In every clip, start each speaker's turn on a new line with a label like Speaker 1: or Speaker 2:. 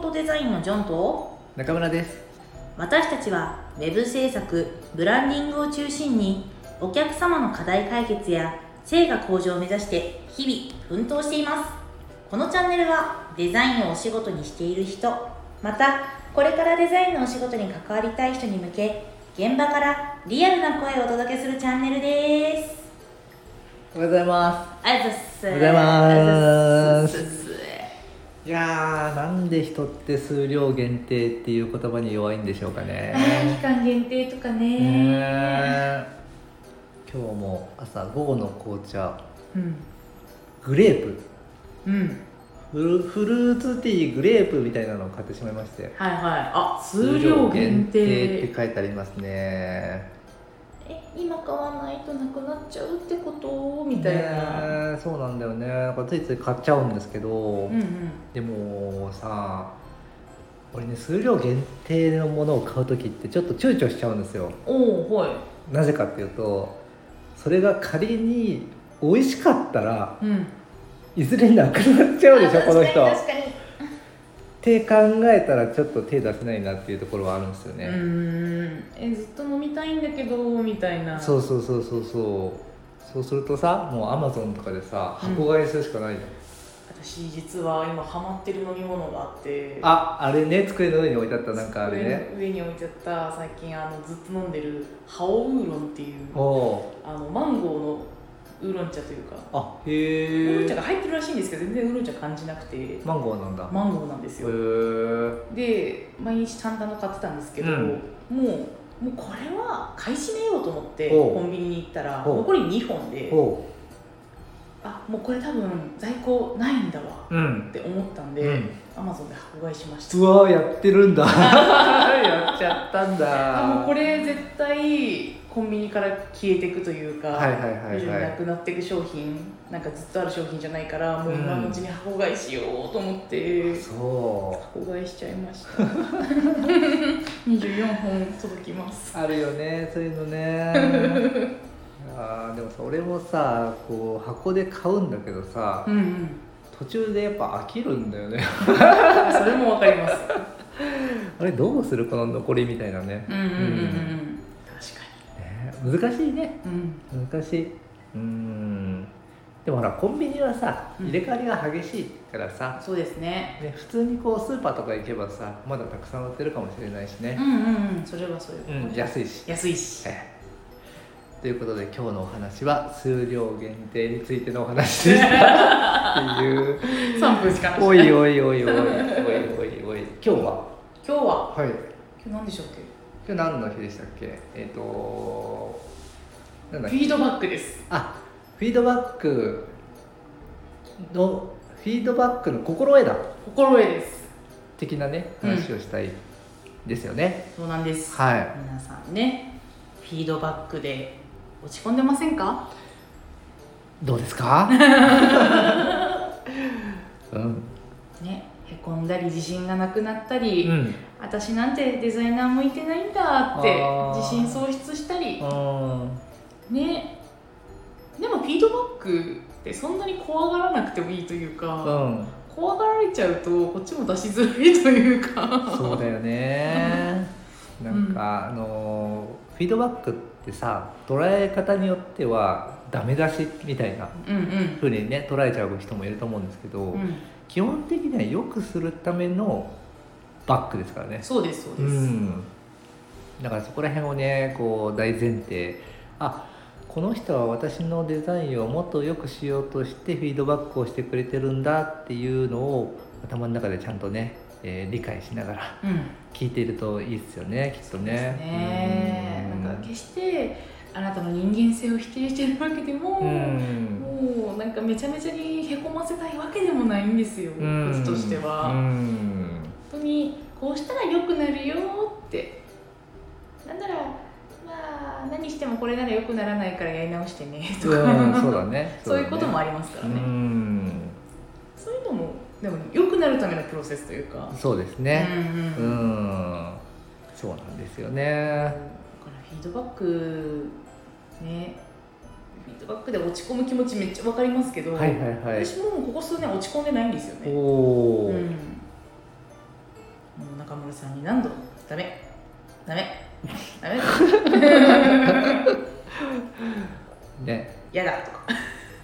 Speaker 1: トデザインのジョンと
Speaker 2: 中村です
Speaker 1: 私たちはウェブ制作ブランディングを中心にお客様の課題解決や成果向上を目指して日々奮闘していますこのチャンネルはデザインをお仕事にしている人またこれからデザインのお仕事に関わりたい人に向け現場からリアルな声をお届けするチャンネルです
Speaker 2: おはようございま
Speaker 1: ありがとう
Speaker 2: お
Speaker 1: ご
Speaker 2: はよ
Speaker 1: ざい
Speaker 2: うございま
Speaker 1: ますす
Speaker 2: すいやーなんで人って数量限定っていう言葉に弱いんでしょうかね
Speaker 3: はい期間限定とか
Speaker 2: ね
Speaker 3: ね、
Speaker 2: え今日も朝午後の紅茶
Speaker 1: うん
Speaker 2: グレープ
Speaker 1: うん
Speaker 2: フルフルーツティーグレープみたいなのを買ってしまいまして
Speaker 1: はいはいあ数量限定
Speaker 2: って書いてありますね
Speaker 3: え今買わないとなくなっちゃうってことみたいな、
Speaker 2: ねえそうなんだよねなんかついつい買っちゃうんですけど、
Speaker 1: うんうん
Speaker 2: でもさ俺ね数量限定のものを買う時ってちょっと躊躇しちゃうんですよ
Speaker 3: おおはい
Speaker 2: なぜかっていうとそれが仮に美味しかったら
Speaker 1: うん
Speaker 2: いずれなくなっちゃうでしょ
Speaker 3: あ
Speaker 2: この人っ
Speaker 3: 確かに
Speaker 2: て考えたらちょっと手出せないなっていうところはあるんですよ
Speaker 1: う
Speaker 2: ね、
Speaker 1: ーんえずっと飲みたいんだけどみたいな
Speaker 2: そうそうそうそうそうそうするとさもうアマゾンとかでさ
Speaker 1: うん
Speaker 2: 箱買いするしかないじゃん、
Speaker 4: 私実は今ハマってる飲み物があって
Speaker 2: ああれね机の上に置いてあったなんかあれね
Speaker 4: 上上に置いちゃった最近あのずっと飲んでるハオウーロンっていう
Speaker 2: おお
Speaker 4: あのマンゴーのウーロン茶というか
Speaker 2: ーあ
Speaker 4: ウーロ
Speaker 2: へ
Speaker 4: ン茶
Speaker 2: え
Speaker 4: が入ってるらしいんですけど全然ウーロン茶感じなくて
Speaker 2: マンゴーなんだ
Speaker 4: マンゴーなんです
Speaker 2: へ
Speaker 4: よ
Speaker 2: ー
Speaker 4: で毎日単ンの買ってたんですけど、
Speaker 2: うん
Speaker 4: もうもうこれは買い占めようと思って
Speaker 2: おう
Speaker 4: コンビニに行ったら
Speaker 2: おう
Speaker 4: 残り2本で
Speaker 2: お
Speaker 4: あもうこれ多分在庫ないんだわ
Speaker 2: ううん
Speaker 4: って思ったんで、
Speaker 2: うん
Speaker 4: アマゾンで箱買いしました
Speaker 2: うわーやってるんだ やっちゃったんだ
Speaker 4: あもうこれ絶対コンビニから消えていくというか、
Speaker 2: はいはいはい
Speaker 4: 徐々
Speaker 2: は
Speaker 4: にないくなっていく商品なんかずっとある商品じゃないからもう
Speaker 2: うん
Speaker 4: 今のうちに箱買いしようと思って
Speaker 2: そ
Speaker 4: 箱買いしちゃいました 24本届きます
Speaker 2: うあるよねそういうのね あーでもさ俺もさこう箱で買うんだけどさ
Speaker 4: うんうん
Speaker 2: 途中でやっぱ飽きるんだよね
Speaker 4: あそれもわかります
Speaker 2: あれどうするこの残りみたいなね
Speaker 4: うんうんうんうんうん
Speaker 2: ね難しいね
Speaker 4: 確かにうん
Speaker 2: 難しいうーんでもほらコンビニはさ
Speaker 4: うん
Speaker 2: 入れ替わりが激しいからさ、
Speaker 4: そうですね
Speaker 2: ね、普通にこうスーパーとか行けばさまだたくさん売ってるかもしれないし
Speaker 4: う
Speaker 2: ね
Speaker 4: ん、うんうんそれはそれは、
Speaker 2: うん、安いし、
Speaker 4: 安いし
Speaker 2: ええということで今日のお話は数量限定についてのお話でした っていう
Speaker 4: 3分しかない
Speaker 2: おいおいおいおいおいおいおい今日は
Speaker 4: 今日は
Speaker 2: はい
Speaker 4: 今
Speaker 2: 今
Speaker 4: 日何でしたっけ
Speaker 2: 日何の日でしたっけえっ、となんだっ
Speaker 4: フ
Speaker 2: け
Speaker 4: ィードバックです
Speaker 2: あフィードバックのフィードバックの心得だ
Speaker 4: 心得です
Speaker 2: 的なね
Speaker 4: うん
Speaker 2: 話をしたいですよね、
Speaker 4: そうなんです
Speaker 2: はい
Speaker 4: 皆さんねフィードバックで落ち込んでませんか
Speaker 2: どうです かうん、
Speaker 4: ねへこんだり自信がなくなったり、
Speaker 2: うん
Speaker 4: 私なんてデザイナー向いてないんだって
Speaker 2: あー
Speaker 4: 自信喪失したり
Speaker 2: うん
Speaker 4: ねでもフィードバックってそんなに怖がらなくてもいいというか、
Speaker 2: うん、
Speaker 4: 怖がられちゃうとこっちも出しづらいというか
Speaker 2: そうだよ ね。な
Speaker 4: うん
Speaker 2: んか、あのーフィードバックってさ、捉え方によってはダメ出しみたいな
Speaker 4: うんうん
Speaker 2: 風にね捉えちゃう人もいると思うんですけど、
Speaker 4: うん、
Speaker 2: 基本的には良くするためのバックですからね。
Speaker 4: そうですそう
Speaker 2: う
Speaker 4: です、
Speaker 2: ん、だからそこら辺をねこう大前提あこの人は私のデザインをもっと良くしようとしてフィードバックをしてくれてるんだっていうのを頭の中でちゃんとね、えー理解しながら
Speaker 4: うん
Speaker 2: 聞いているといいですよねきっとね。
Speaker 4: ね
Speaker 2: うん
Speaker 4: なんか決してあなたの人間性を否定してるわけでも、
Speaker 2: うん
Speaker 4: もうなんかめちゃめちゃにへこませたいわけでもないんですよ、こっちとしては、
Speaker 2: う
Speaker 4: 本
Speaker 2: ん
Speaker 4: 当にこうしたら良くなるよってなんならまあ何してもこれなら良くならないからやり直してねとか、
Speaker 2: うんそうだね。
Speaker 4: そういうことも
Speaker 2: あ
Speaker 4: ありますからね、
Speaker 2: うん
Speaker 4: そういうのもでも良くなるためのプロセスというか、
Speaker 2: そうです
Speaker 4: うん
Speaker 2: ね。
Speaker 4: う
Speaker 2: うん
Speaker 4: だ
Speaker 2: ん、そうなんですよね。
Speaker 4: からフィードバックねフィードバックで落ち込む気持ちめっちゃ分かりますけど、
Speaker 2: はいはいはい。
Speaker 4: 私ももうここ数年落ち込んでないんですよね
Speaker 2: おお、
Speaker 4: うん、岡村さんに何度ダメダメダメ
Speaker 2: ね
Speaker 4: やだとか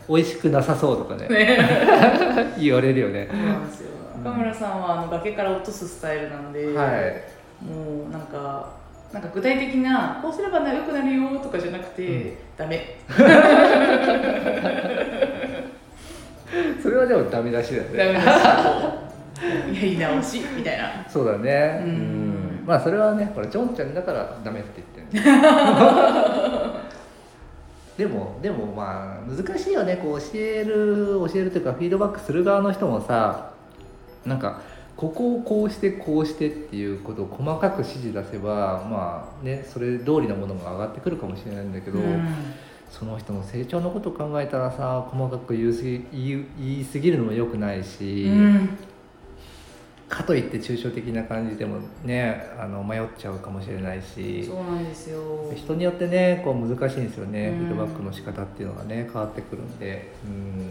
Speaker 2: 美味しくなさそうとかね
Speaker 4: ね
Speaker 2: 言われるよね
Speaker 4: そうなんですよ
Speaker 2: うん
Speaker 4: 岡村さんはあの崖から落とすスタイルなので、
Speaker 2: はい
Speaker 4: もうなんかなんか具体的なこうすればな良くなるよとかじゃなくて、
Speaker 2: うん
Speaker 4: ダメ
Speaker 2: それはでもダメ出しだよ
Speaker 4: ダ
Speaker 2: ね
Speaker 4: メだし やり直しみたいな
Speaker 2: そうだね
Speaker 4: うん
Speaker 2: うんまあそれはねほらちょんちゃんだからダメって言ってるでもでもまあ難しいよねこう教える教えるというかフィードバックする側の人もさなんかここをこうしてこうしてっていうことを細かく指示出せばまあねそれ通りのものが上がってくるかもしれないんだけど、その人の成長のことを考えたらさ細かく言うすぎ言う言いすぎるのも良くないし、
Speaker 4: うん
Speaker 2: かといって抽象的な感じでもねあの迷っちゃうかもしれないし
Speaker 4: そうなんですよ
Speaker 2: 人によってねこう難しいんですよね、
Speaker 4: うん
Speaker 2: フィードバックの仕方っていうのがね変わってくるんでうん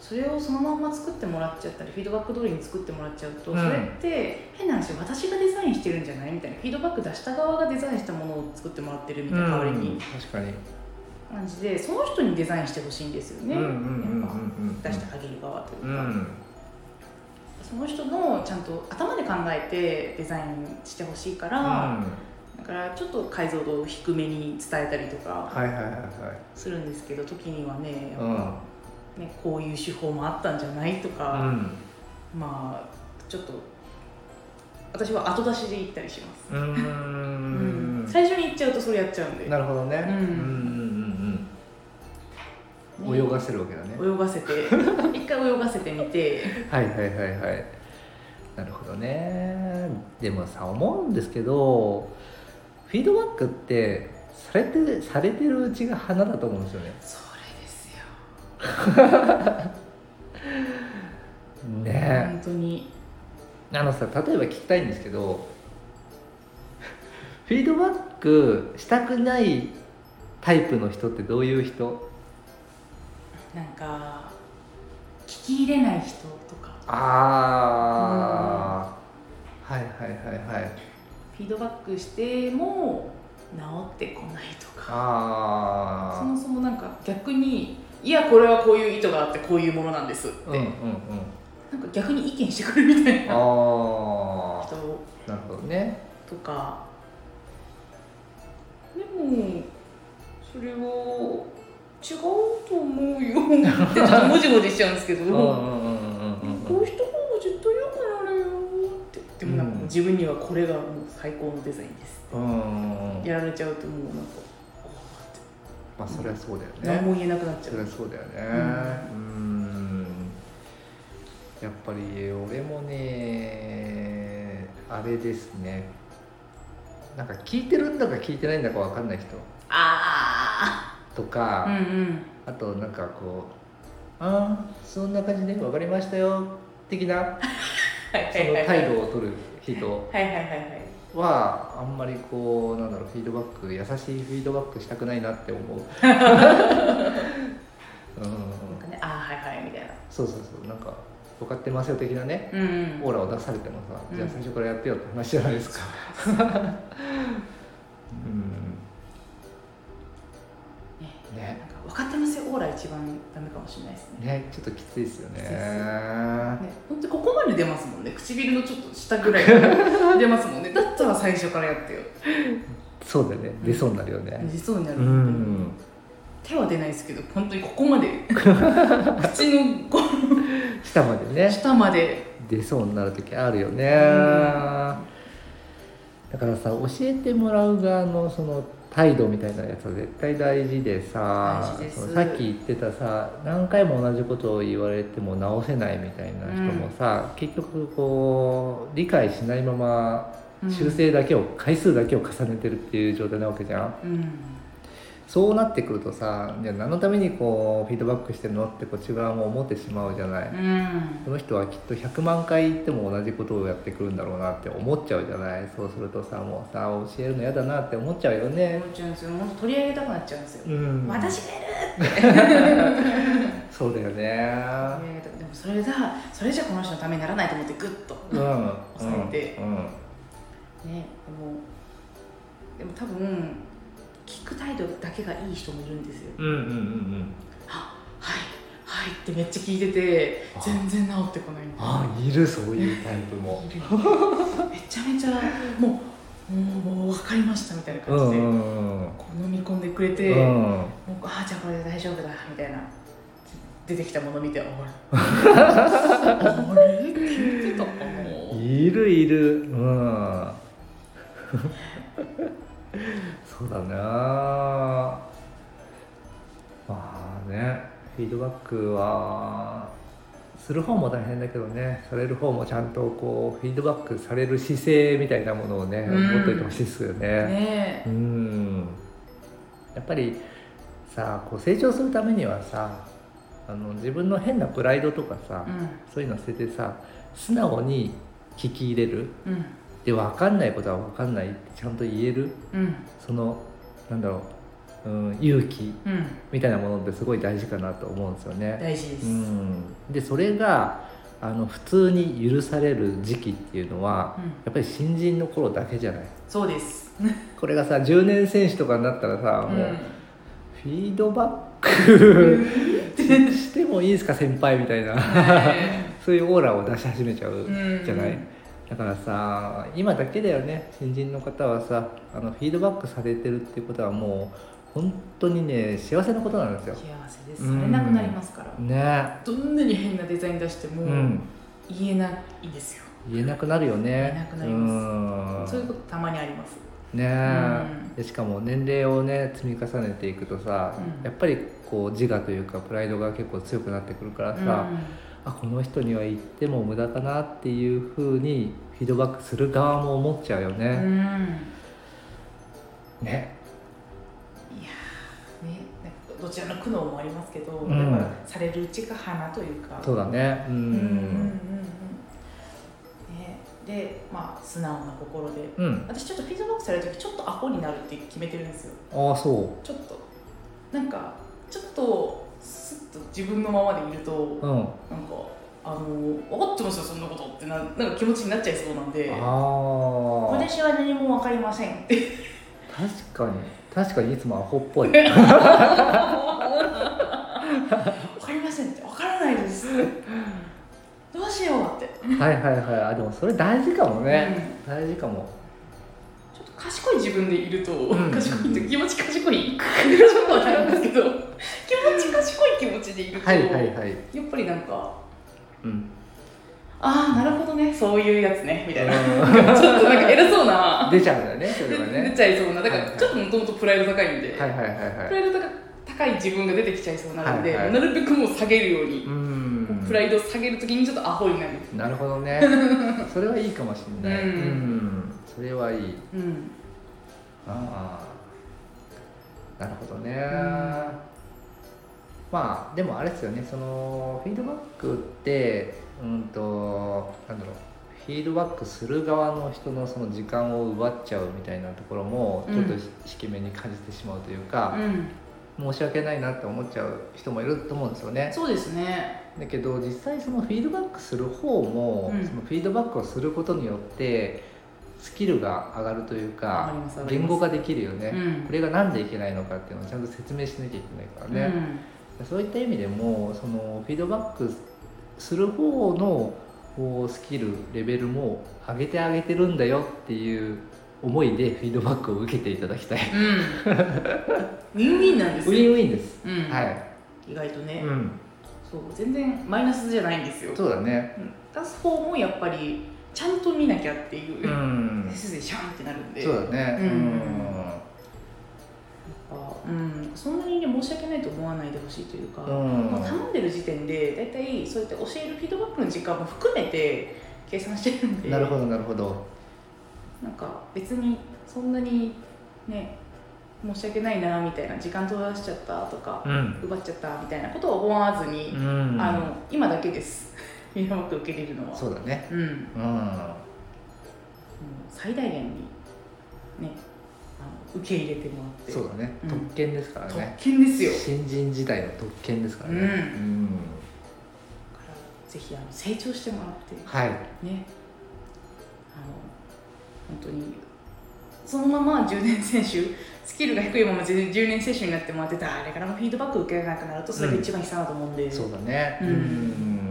Speaker 4: それをそのまんま作ってもらっちゃったりフィードバック通りに作ってもらっちゃうと、
Speaker 2: うん
Speaker 4: それって変な話私がデザインしてるんじゃないみたいなフィードバック出した側がデザインしたものを作ってもらってるみたいな代わり
Speaker 2: うん
Speaker 4: に
Speaker 2: 確かに、
Speaker 4: 感じでその人にデザインしてほしいんですよね、
Speaker 2: うんうんうん
Speaker 4: やっ
Speaker 2: うんうん
Speaker 4: ぱ出した限り側という
Speaker 2: う
Speaker 4: か、
Speaker 2: ん
Speaker 4: その人のちゃんと頭で考えてデザインしてほしいから、だからちょっと解像度を低めに伝えたりと
Speaker 2: うん
Speaker 4: か
Speaker 2: はいはいはいはい
Speaker 4: するんですけど、時にはね,、
Speaker 2: うん
Speaker 4: ねこういう手法もあったんじゃないとか。
Speaker 2: うん
Speaker 4: まあちょっと私は後出しで行ったりします、
Speaker 2: うーん
Speaker 4: 最初に行っちゃうとそれやっちゃうんで、
Speaker 2: なるほどね
Speaker 4: うん
Speaker 2: うんうんうんうん泳がせるわけだね
Speaker 4: 泳がせて 一回泳がせてみて
Speaker 2: はいはいはいはいなるほどねでもさ思うんですけどフィードバックってされてされてるうちが花だと思うんですよね
Speaker 4: それですよ
Speaker 2: ね
Speaker 4: 本当に
Speaker 2: えあのさ例えば聞きたいんですけど フィードバックしたくないタイプの人ってどういう人
Speaker 4: なんか聞き入れない人とか
Speaker 2: ああ、はいはいはいはい
Speaker 4: フィードバックしても治ってこないとか
Speaker 2: ああ
Speaker 4: そもそもなんか逆にいやこれはこういう意図があってこういうものなんですって、
Speaker 2: うんうんうん
Speaker 4: なんか逆に意見してくるみたいな
Speaker 2: あ
Speaker 4: 人
Speaker 2: あなるほどね
Speaker 4: とかでもそれは違うと思うよってちょっともじもじしちゃうんですけど、
Speaker 2: うんうん
Speaker 4: こ
Speaker 2: うんうんうんうん
Speaker 4: うした方が絶対良くなるよってでもなんかもう自分にはこれがもう最高のデザインです、
Speaker 2: うん
Speaker 4: やられちゃうともうなんかおーって
Speaker 2: まあそりゃそうだよ
Speaker 4: 何
Speaker 2: ね
Speaker 4: も言えなくなっちゃ、
Speaker 2: そうりゃそうだよねうんやっぱり俺もねあれですねなんか聞いてるんだか聞いてないんだかわかんない人
Speaker 4: あ
Speaker 2: と
Speaker 4: あ
Speaker 2: か、
Speaker 4: うんうん
Speaker 2: あとなんかこう「ああそんな感じでわかりましたよ」的な
Speaker 4: はいは
Speaker 2: そ
Speaker 4: い
Speaker 2: の
Speaker 4: はいはい
Speaker 2: 態度を取る人
Speaker 4: はいはいはいはい
Speaker 2: はあんまりこうなんだろうフィードバック優しいフィードバックしたくないなって思 う、うん
Speaker 4: なんかねああはいはいみたいな
Speaker 2: そうそうそうなんか分かってますよ的なね
Speaker 4: うんうん
Speaker 2: オーラを出されてもさ、
Speaker 4: うん
Speaker 2: じゃあ最初からやってよって話じゃないで すかうんね
Speaker 4: なんか分かってますよオーラ一番ダメかもしれないですね
Speaker 2: ねちょっときついですよね
Speaker 4: きついっすね、本当ここまで出ますもんね唇のちょっと下ぐら い出ますもんねだったら最初からやってよ
Speaker 2: そうだよね出そうになるよね
Speaker 4: 出そうになる、
Speaker 2: うん、
Speaker 4: 手は出ないですけど本当にここまで 口のこ
Speaker 2: 下まで
Speaker 4: う
Speaker 2: ね
Speaker 4: 下まで
Speaker 2: 出そうになる時あるよね、
Speaker 4: ん
Speaker 2: だからさ教えてもらう側のその態度みたいなやつは絶対大事でさ
Speaker 4: 大事です
Speaker 2: そのさっき言ってたさ何回も同じことを言われても直せないみたいな人もさ、結局こう理解しないまま修正だけを、回数だけを重ねてるっていう状態なわけじゃん
Speaker 4: うん、
Speaker 2: そうなってくるとさじゃあ何のためにこうフィードバックしてるのってこっち側も思ってしまうじゃない、
Speaker 4: うん
Speaker 2: その人はきっと100万回言っても同じことをやってくるんだろうなって思っちゃうじゃないそうするとさもうさ教えるの嫌だなって思っちゃうよね
Speaker 4: 思っちゃうんですよもっと取り上げたくなっちゃうんですよ、
Speaker 2: うん
Speaker 4: 私がやる
Speaker 2: そうだ
Speaker 4: 取り上げたくで
Speaker 2: よね
Speaker 4: もそれがそれじゃこの人のためにならないと思ってグッと
Speaker 2: うん
Speaker 4: 抑えて
Speaker 2: うんうん
Speaker 4: ねでもでも多分聞く態度だけがいい人もいるんですよ
Speaker 2: うんうんうん
Speaker 4: はいはいってめっちゃ聞いてて
Speaker 2: あ
Speaker 4: 全然治ってこないんで
Speaker 2: あいるそういうタイプも
Speaker 4: いるめちゃめちゃもうもうもう分かりましたみたいな
Speaker 2: う
Speaker 4: 感じ
Speaker 2: んう
Speaker 4: で、
Speaker 2: んうん
Speaker 4: こう飲み込んでくれて、
Speaker 2: う
Speaker 4: もうんああじゃあこれで大丈夫だみたいな出てきたもの見てあれあ れって言ってたかない
Speaker 2: るいるうんそうだなまあねフィードバックはする方も大変だけどねされる方もちゃんとこうフィードバックされる姿勢みたいなものをね、
Speaker 4: うん
Speaker 2: 持っといてほしいですよね
Speaker 4: ねえ
Speaker 2: うんやっぱりさこう成長するためにはさあの自分の変なプライドとかさ、
Speaker 4: う
Speaker 2: そういうの捨ててさ素直に聞き入れる
Speaker 4: んうん
Speaker 2: で分かんないことは分かんないってちゃんと言える
Speaker 4: うん
Speaker 2: そのなんだろう、うん、勇気
Speaker 4: うん
Speaker 2: みたいなものってすごい大事かなと思うんですよね。
Speaker 4: 大事です、
Speaker 2: うん、でそれがあの普通に許される時期っていうのは
Speaker 4: うん
Speaker 2: やっぱり新人の頃だけじゃない
Speaker 4: そうです
Speaker 2: これがさ10年選手とかになったらさもう、
Speaker 4: うん
Speaker 2: フィードバックしてもいいですか先輩みたいな、
Speaker 4: ね
Speaker 2: そういうオーラを出し始めちゃう
Speaker 4: うん
Speaker 2: じゃない、だからさ今だけだよね新人の方はさあのフィードバックされてるっていうことはもう本当にね幸せなことなんですよ
Speaker 4: 幸せですされなくなりますから、
Speaker 2: ね
Speaker 4: どんなに変なデザイン出しても、
Speaker 2: うん
Speaker 4: 言えないですよ
Speaker 2: 言えなくなるよね
Speaker 4: 言えなくなりま
Speaker 2: うん
Speaker 4: そういうことたまにあります
Speaker 2: ね
Speaker 4: うん
Speaker 2: でしかも年齢をね積み重ねていくとさ、
Speaker 4: うん
Speaker 2: やっぱりこう自我というかプライドが結構強くなってくるからさ、あこの人には言っても無駄かなっていうふうにフィードバックする側も思っちゃうよ
Speaker 4: うん、う
Speaker 2: ね、
Speaker 4: ん
Speaker 2: ね
Speaker 4: いやーねなんかどちらの苦悩もありますけど、
Speaker 2: ん
Speaker 4: やっぱされるうちが花というか
Speaker 2: そうだね
Speaker 4: う
Speaker 2: う
Speaker 4: んうんうん
Speaker 2: ん
Speaker 4: うんねでまあ素直な心で
Speaker 2: うん、
Speaker 4: 私ちょっとフィードバックされる時ちょっとアホになるって決めてるんですよ
Speaker 2: ああそ
Speaker 4: ちょっとなんかちょっとスッと自分のままでいると、
Speaker 2: うう
Speaker 4: な
Speaker 2: ん
Speaker 4: んかあの分かってますよそんなことってななんか気持ちになっちゃいそうなんで
Speaker 2: ああ
Speaker 4: 私は何も分かりません って
Speaker 2: 確かに確かにいつもアホっぽい
Speaker 4: 分かりませんって分からないですどうしようって、
Speaker 2: はいはいはいあでもそれ大事かもね、
Speaker 4: うん
Speaker 2: 大事かも
Speaker 4: ちょっと賢い自分でいると、
Speaker 2: ん
Speaker 4: 賢いって気持ち賢いちょっと分かるんですけど気持ち賢い気持ちでいると、
Speaker 2: はいはいはい
Speaker 4: やっぱりなんか
Speaker 2: うん
Speaker 4: ああなるほどねそういうやつねみたいな
Speaker 2: うん
Speaker 4: ちょっとなんか偉そうな
Speaker 2: 出ちゃうんだよねそれは
Speaker 4: 出
Speaker 2: ね
Speaker 4: ちゃいそうなだか
Speaker 2: はいは
Speaker 4: ら
Speaker 2: い
Speaker 4: ちょっともともとプライド高いんで、
Speaker 2: はいはいは
Speaker 4: プ
Speaker 2: いはい
Speaker 4: ライドが高い自分が出てきちゃいそうなので、
Speaker 2: はいはい
Speaker 4: なるべくもう下げるよう
Speaker 2: う
Speaker 4: に、
Speaker 2: ん
Speaker 4: プライドを下げるときにちょっとアホになる、
Speaker 2: なるほどねそれはいいかもしれない、
Speaker 4: うん
Speaker 2: うん、それはいい
Speaker 4: うん、
Speaker 2: ああなるほどね、
Speaker 4: ん
Speaker 2: まあでもあれですよねそのフィードバックってうんとなんだろうフィードバックする側の人のその時間を奪っちゃうみたいなところもちょっと
Speaker 4: うん
Speaker 2: し引き目に感じてしまうという
Speaker 4: う
Speaker 2: か、
Speaker 4: ん、
Speaker 2: 申し訳ないなって思っちゃう人もいると思うんですよね
Speaker 4: そうですね
Speaker 2: だけど実際そのフィードバックする方も、
Speaker 4: うん
Speaker 2: そのフィードバックをすることによってスキルが上がるという
Speaker 4: わ
Speaker 2: か
Speaker 4: りますわかり
Speaker 2: 言
Speaker 4: ます
Speaker 2: 語化できるよね、
Speaker 4: うん
Speaker 2: これが何でいけないのかっていうのをちゃんと説明しなきゃいけないからね、そういった意味でもそのフィードバックする方のこうスキルレベルも上げてあげてるんだよっていう思いでフィードバックを受けていただきたい
Speaker 4: うん、うん、ウィンウィンなんで
Speaker 2: ウ
Speaker 4: す
Speaker 2: ィ
Speaker 4: よ、
Speaker 2: ンウィンです、
Speaker 4: うん
Speaker 2: はい、
Speaker 4: 意外とね、
Speaker 2: うん、
Speaker 4: そう全然マイナスじゃないんですよ
Speaker 2: そうだね
Speaker 4: うん出す方もやっぱりちゃんと見なきゃっていうう、
Speaker 2: ん
Speaker 4: 背筋シャンってなるんで
Speaker 2: そうだね
Speaker 4: うん
Speaker 2: う
Speaker 4: うん、そんなにね申し訳ないと思わないでほしいというか、
Speaker 2: ん
Speaker 4: もう頼んでる時点で大体そうやって教えるフィードバックの時間も含めて計算してるん
Speaker 2: う
Speaker 4: で
Speaker 2: んなるほどなるほど
Speaker 4: なんか別にそんなにね申し訳ないなみたいな時間取らしちゃったとか、
Speaker 2: うん
Speaker 4: 奪っちゃったみたいなことは思わずに、
Speaker 2: うん
Speaker 4: あの今だけです 身をもって受け入れるのは
Speaker 2: そうだね
Speaker 4: うん、もう
Speaker 2: うん
Speaker 4: 最大限にねあの受け入れてもらって
Speaker 2: そうだね、
Speaker 4: うん
Speaker 2: 特権ですからね
Speaker 4: 特権ですよ
Speaker 2: 新人時代の特権ですから
Speaker 4: う
Speaker 2: ね、
Speaker 4: ん
Speaker 2: ん
Speaker 4: だからぜひあの成長してもらって
Speaker 2: はい
Speaker 4: ねあの本当にそのまま10年選手スキルが低いまま10年選手になってもらって誰からもフィードバック受けなくなるとそれが一番悲惨だと思うんで、
Speaker 2: そうだね
Speaker 4: うん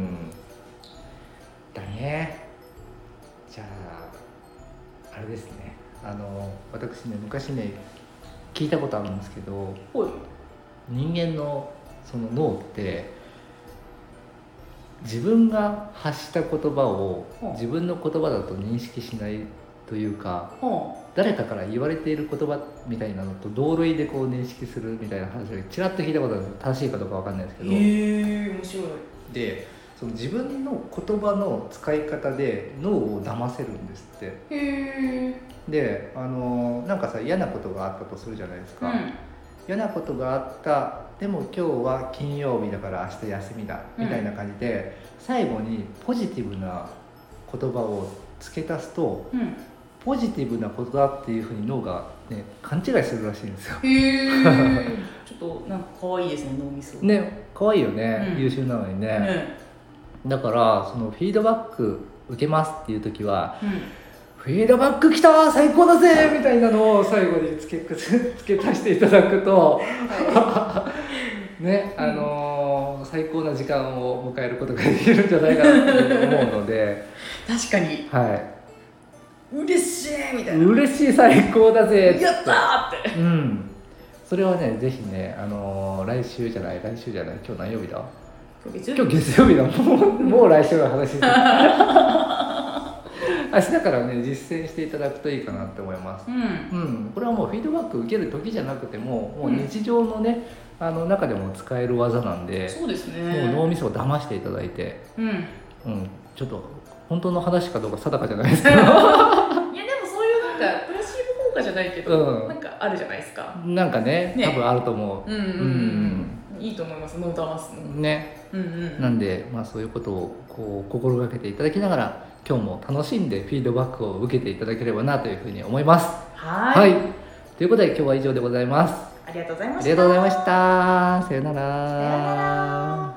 Speaker 2: だねじゃああれですねあの私ね昔ね聞いたことあるんですけど
Speaker 4: ほい
Speaker 2: 人間のその脳って自分が発した言葉を
Speaker 4: うん
Speaker 2: 自分の言葉だと認識しないというか
Speaker 4: ほ
Speaker 2: 誰かから言われている言葉みたいなのと同類でこう認識するみたいな話をちらっと聞いたことあるんです正しいかどうかわかんないですけ
Speaker 4: う
Speaker 2: ど、
Speaker 4: へえ面白い
Speaker 2: でその自分の言葉の使い方で脳を騙せるんですって
Speaker 4: へえ
Speaker 2: であのなんかさ嫌なことがあったとするじゃないです
Speaker 4: う
Speaker 2: か、
Speaker 4: ん
Speaker 2: 嫌なことがあったでも今日は金曜日だから明日休みだ
Speaker 4: うん
Speaker 2: みたいな感じで、最後にポジティブな言葉を付け足すと
Speaker 4: うん
Speaker 2: ポジティブなことだっていうふうに脳が、ね、勘違いするらしいんですよ。
Speaker 4: へえ ちょっとなんか可愛いですね脳みそ
Speaker 2: ね可愛いよね、
Speaker 4: うん
Speaker 2: 優秀なのにね
Speaker 4: ね
Speaker 2: だからそのフィードバック受けますっていう時は
Speaker 4: うん
Speaker 2: フィードバック来たー最高だぜみたいなのを最後に付け付け足していただくと、 ね、あのー最高な時間を迎えることができるんじゃないかなと思う ので、
Speaker 4: 確かに
Speaker 2: は
Speaker 4: 嬉しいみた
Speaker 2: い、
Speaker 4: いな
Speaker 2: 嬉しい最高だぜって
Speaker 4: やったーって
Speaker 2: うん、それはねぜひね、あのー来週じゃない来週じゃない今日何曜日だ今日月曜日だも うもう来週の話です明日からね実践していただくといいかなって思います
Speaker 4: うん
Speaker 2: うん、これはもうフィードバック受ける時じゃなくてももう日常のね、あの中でも使える技なんで、
Speaker 4: そうですね
Speaker 2: もう脳みそを騙していただいて、
Speaker 4: うん
Speaker 2: うん、ちょっと本当の話かどうか定か じ ゃないですけど
Speaker 4: いやでもそういうなんかプラシーボ効果じゃないけど、
Speaker 2: うん
Speaker 4: なんかあるじゃないですか
Speaker 2: なんかね
Speaker 4: ね
Speaker 2: 多分あると思
Speaker 4: うんうん
Speaker 2: う、
Speaker 4: うん、いいと思います脳騙すの
Speaker 2: うんね、
Speaker 4: うんうん
Speaker 2: なんで、まあ、そういうことをこう心がけていただきながら今日も楽しんでフィードバックを受けていただければなというふうに思います。
Speaker 4: は
Speaker 2: は
Speaker 4: ーい
Speaker 2: い、ということで今日は以上でございます。
Speaker 4: ありがとうございま
Speaker 2: あ
Speaker 4: し
Speaker 2: り
Speaker 4: た
Speaker 2: がとうございました。さよう
Speaker 4: さよう
Speaker 2: なら。
Speaker 4: なら